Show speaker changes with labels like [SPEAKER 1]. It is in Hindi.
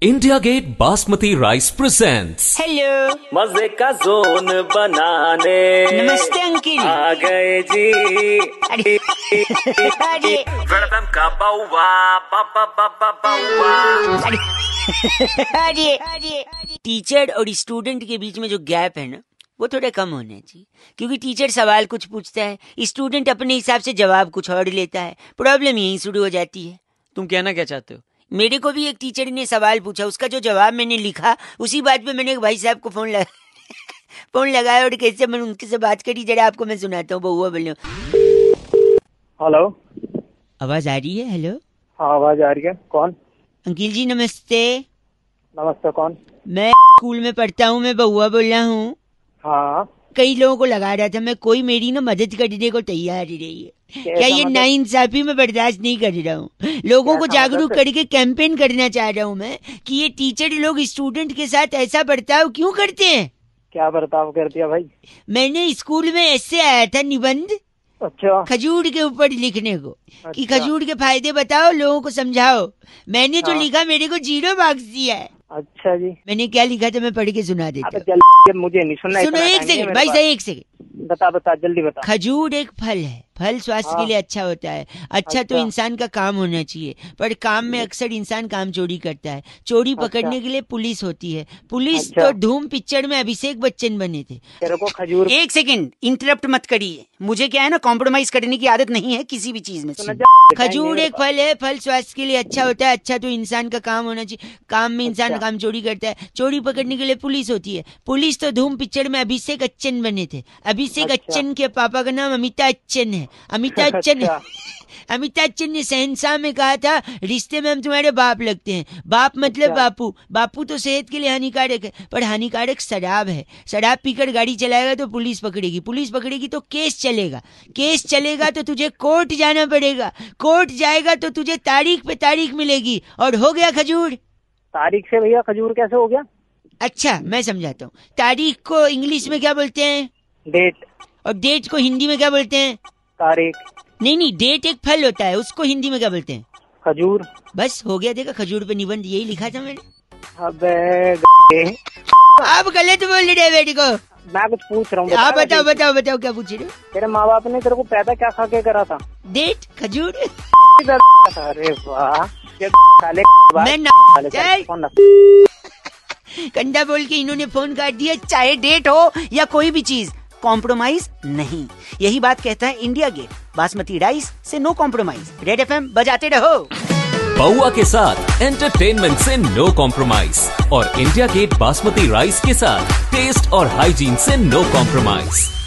[SPEAKER 1] India Gate Basmati Rice presents
[SPEAKER 2] hello
[SPEAKER 3] मजे का जोन बनाने
[SPEAKER 2] नमस्ते अंकिल
[SPEAKER 3] आ गए जी
[SPEAKER 2] अरे अरे
[SPEAKER 3] वेलकम का बाउवा बाबा बाबा बाउवा
[SPEAKER 2] अरे अरे टीचर और स्टूडेंट के बीच में जो गैप है ना वो थोड़ा कम होना चाहिए क्योंकि टीचर सवाल कुछ पूछता है स्टूडेंट अपने हिसाब से जवाब कुछ और लेता है प्रॉब्लम यहीं शुरू हो जाती है
[SPEAKER 4] तुम कहना क्या चाहते हो
[SPEAKER 2] मेरे को भी एक टीचर ने सवाल पूछा उसका जो जवाब मैंने लिखा उसी बात पे मैंने एक भाई साहब को फोन लगा फोन लगाया और कैसे मैंने उनके से बात करी जरा आपको मैं सुनाता हूँ बहुआ बोलो
[SPEAKER 5] हेलो
[SPEAKER 2] आवाज आ रही है हेलो
[SPEAKER 5] हाँ आवाज आ रही है कौन
[SPEAKER 2] अंकिल जी नमस्ते
[SPEAKER 5] नमस्ते कौन
[SPEAKER 2] मैं स्कूल में पढ़ता हूँ मैं बहुआ बोल रहा हूँ
[SPEAKER 5] हाँ
[SPEAKER 2] कई लोगों को लगा रहा था मैं कोई मेरी ना मदद करने को तैयार ही रही है क्या ये
[SPEAKER 5] मदद?
[SPEAKER 2] नाइंसाफी में बर्दाश्त नहीं कर रहा हूँ लोगों को
[SPEAKER 5] कैसा
[SPEAKER 2] जागरूक
[SPEAKER 5] मदद?
[SPEAKER 2] करके कैंपेन करना चाह रहा हूँ मैं कि ये टीचर लोग स्टूडेंट के साथ ऐसा बर्ताव क्यों करते हैं
[SPEAKER 5] क्या बर्ताव कर दिया भाई
[SPEAKER 2] मैंने स्कूल में ऐसे आया था निबंध
[SPEAKER 5] अच्छा
[SPEAKER 2] खजूर के ऊपर लिखने को कि
[SPEAKER 5] अच्छा।
[SPEAKER 2] खजूर के फायदे बताओ लोगों को समझाओ मैंने जो
[SPEAKER 5] हाँ।
[SPEAKER 2] लिखा मेरे को जीरो मार्क्स दिया है
[SPEAKER 5] अच्छा जी
[SPEAKER 2] मैंने क्या लिखा था मैं पढ़ के सुना देता
[SPEAKER 5] अबे
[SPEAKER 2] हूँ
[SPEAKER 5] जल्दी मुझे नहीं सुनना
[SPEAKER 2] सुनो
[SPEAKER 5] इतना
[SPEAKER 2] एक
[SPEAKER 5] time नहीं है
[SPEAKER 2] सेकंड
[SPEAKER 5] मेरे
[SPEAKER 2] भाई
[SPEAKER 5] पास।
[SPEAKER 2] साहब एक सेकंड
[SPEAKER 5] बता बता जल्दी बता
[SPEAKER 2] खजूर एक फल है फल स्वास्थ्य के
[SPEAKER 5] हाँ।
[SPEAKER 2] लिए अच्छा होता है अच्छा तो
[SPEAKER 5] अच्छा।
[SPEAKER 2] इंसान का काम होना चाहिए पर काम में अक्सर इंसान काम चोरी करता है चोरी
[SPEAKER 5] अच्छा।
[SPEAKER 2] पकड़ने के लिए पुलिस होती है पुलिस
[SPEAKER 5] अच्छा।
[SPEAKER 2] तो धूम पिक्चर में अभिषेक बच्चन बने थे
[SPEAKER 5] तेरे को खजूर
[SPEAKER 4] एक सेकंड इंटरप्ट मत करिए मुझे क्या है ना कॉम्प्रोमाइज करने की आदत नहीं है किसी भी चीज में
[SPEAKER 5] सुनना जल्दी time नहीं
[SPEAKER 2] खजूर
[SPEAKER 5] है
[SPEAKER 2] एक फल है फल स्वास्थ्य के लिए अच्छा होता है अच्छा तो इंसान का काम होना चाहिए काम में इंसान
[SPEAKER 5] अच्छा।
[SPEAKER 2] काम चोरी करता है चोरी पकड़ने के लिए पुलिस होती है पुलिस तो धूम पिक्चर में अभिषेक अच्छन बने थे अभिषेक
[SPEAKER 5] अच्छा।
[SPEAKER 2] अच्छन के पापा का नाम अमिताभ अच्छन है अमिताभ अच्छन
[SPEAKER 5] अच्छा।
[SPEAKER 2] अमिताभ बच्चन ने शहनशाह में कहा था रिश्ते में हम तुम्हारे बाप लगते हैं बाप मतलब
[SPEAKER 5] अच्छा।
[SPEAKER 2] बापू बापू तो सेहत के लिए हानिकारक है पर हानिकारक शराब है शराब पीकर गाड़ी चलाएगा तो पुलिस पकड़ेगी पुलिस पकड़ेगी तो केस चलेगा केस चलेगा तो तुझे कोर्ट जाना पड़ेगा कोर्ट जाएगा तो तुझे तारीख पे तारीख मिलेगी और हो गया खजूर
[SPEAKER 5] तारीख से भैया खजूर कैसे हो गया
[SPEAKER 2] अच्छा मैं समझाता हूँ तारीख को इंग्लिश में क्या बोलते हैं
[SPEAKER 5] डेट
[SPEAKER 2] और डेट को हिंदी में क्या बोलते हैं
[SPEAKER 5] तारीख
[SPEAKER 2] नहीं नहीं डेट एक फल होता है उसको हिंदी में क्या बोलते हैं
[SPEAKER 5] खजूर
[SPEAKER 2] बस हो गया देखा खजूर पे निबंध यही लिखा था मैंने
[SPEAKER 5] अबे ग-
[SPEAKER 2] आप गलत बोल रहे हैं बेटी को
[SPEAKER 5] मैं कुछ पूछ रहा हूँ
[SPEAKER 2] आप
[SPEAKER 5] बता
[SPEAKER 2] बताओ
[SPEAKER 5] मुझे।
[SPEAKER 2] बताओ बताओ क्या पूछ रहे हो
[SPEAKER 5] तेरे माँ बाप ने तेरे को पैदा क्या खा के करा था
[SPEAKER 2] डेट खजूर
[SPEAKER 5] अरे वाह ये साले बात-
[SPEAKER 2] मैं ना-
[SPEAKER 5] साले
[SPEAKER 2] जय-
[SPEAKER 5] कौन रख-
[SPEAKER 2] कंधा बोल के इन्होंने फोन काट दिया
[SPEAKER 4] चाहे डेट हो या कोई भी चीज कॉम्प्रोमाइज नहीं यही बात कहता है इंडिया गेट बासमती राइस से नो कॉम्प्रोमाइज रेड एफ बजाते रहो
[SPEAKER 1] बउआ के साथ एंटरटेनमेंट से नो कॉम्प्रोमाइज और इंडिया गेट बासमती राइस के साथ टेस्ट और हाइजीन से नो कॉम्प्रोमाइज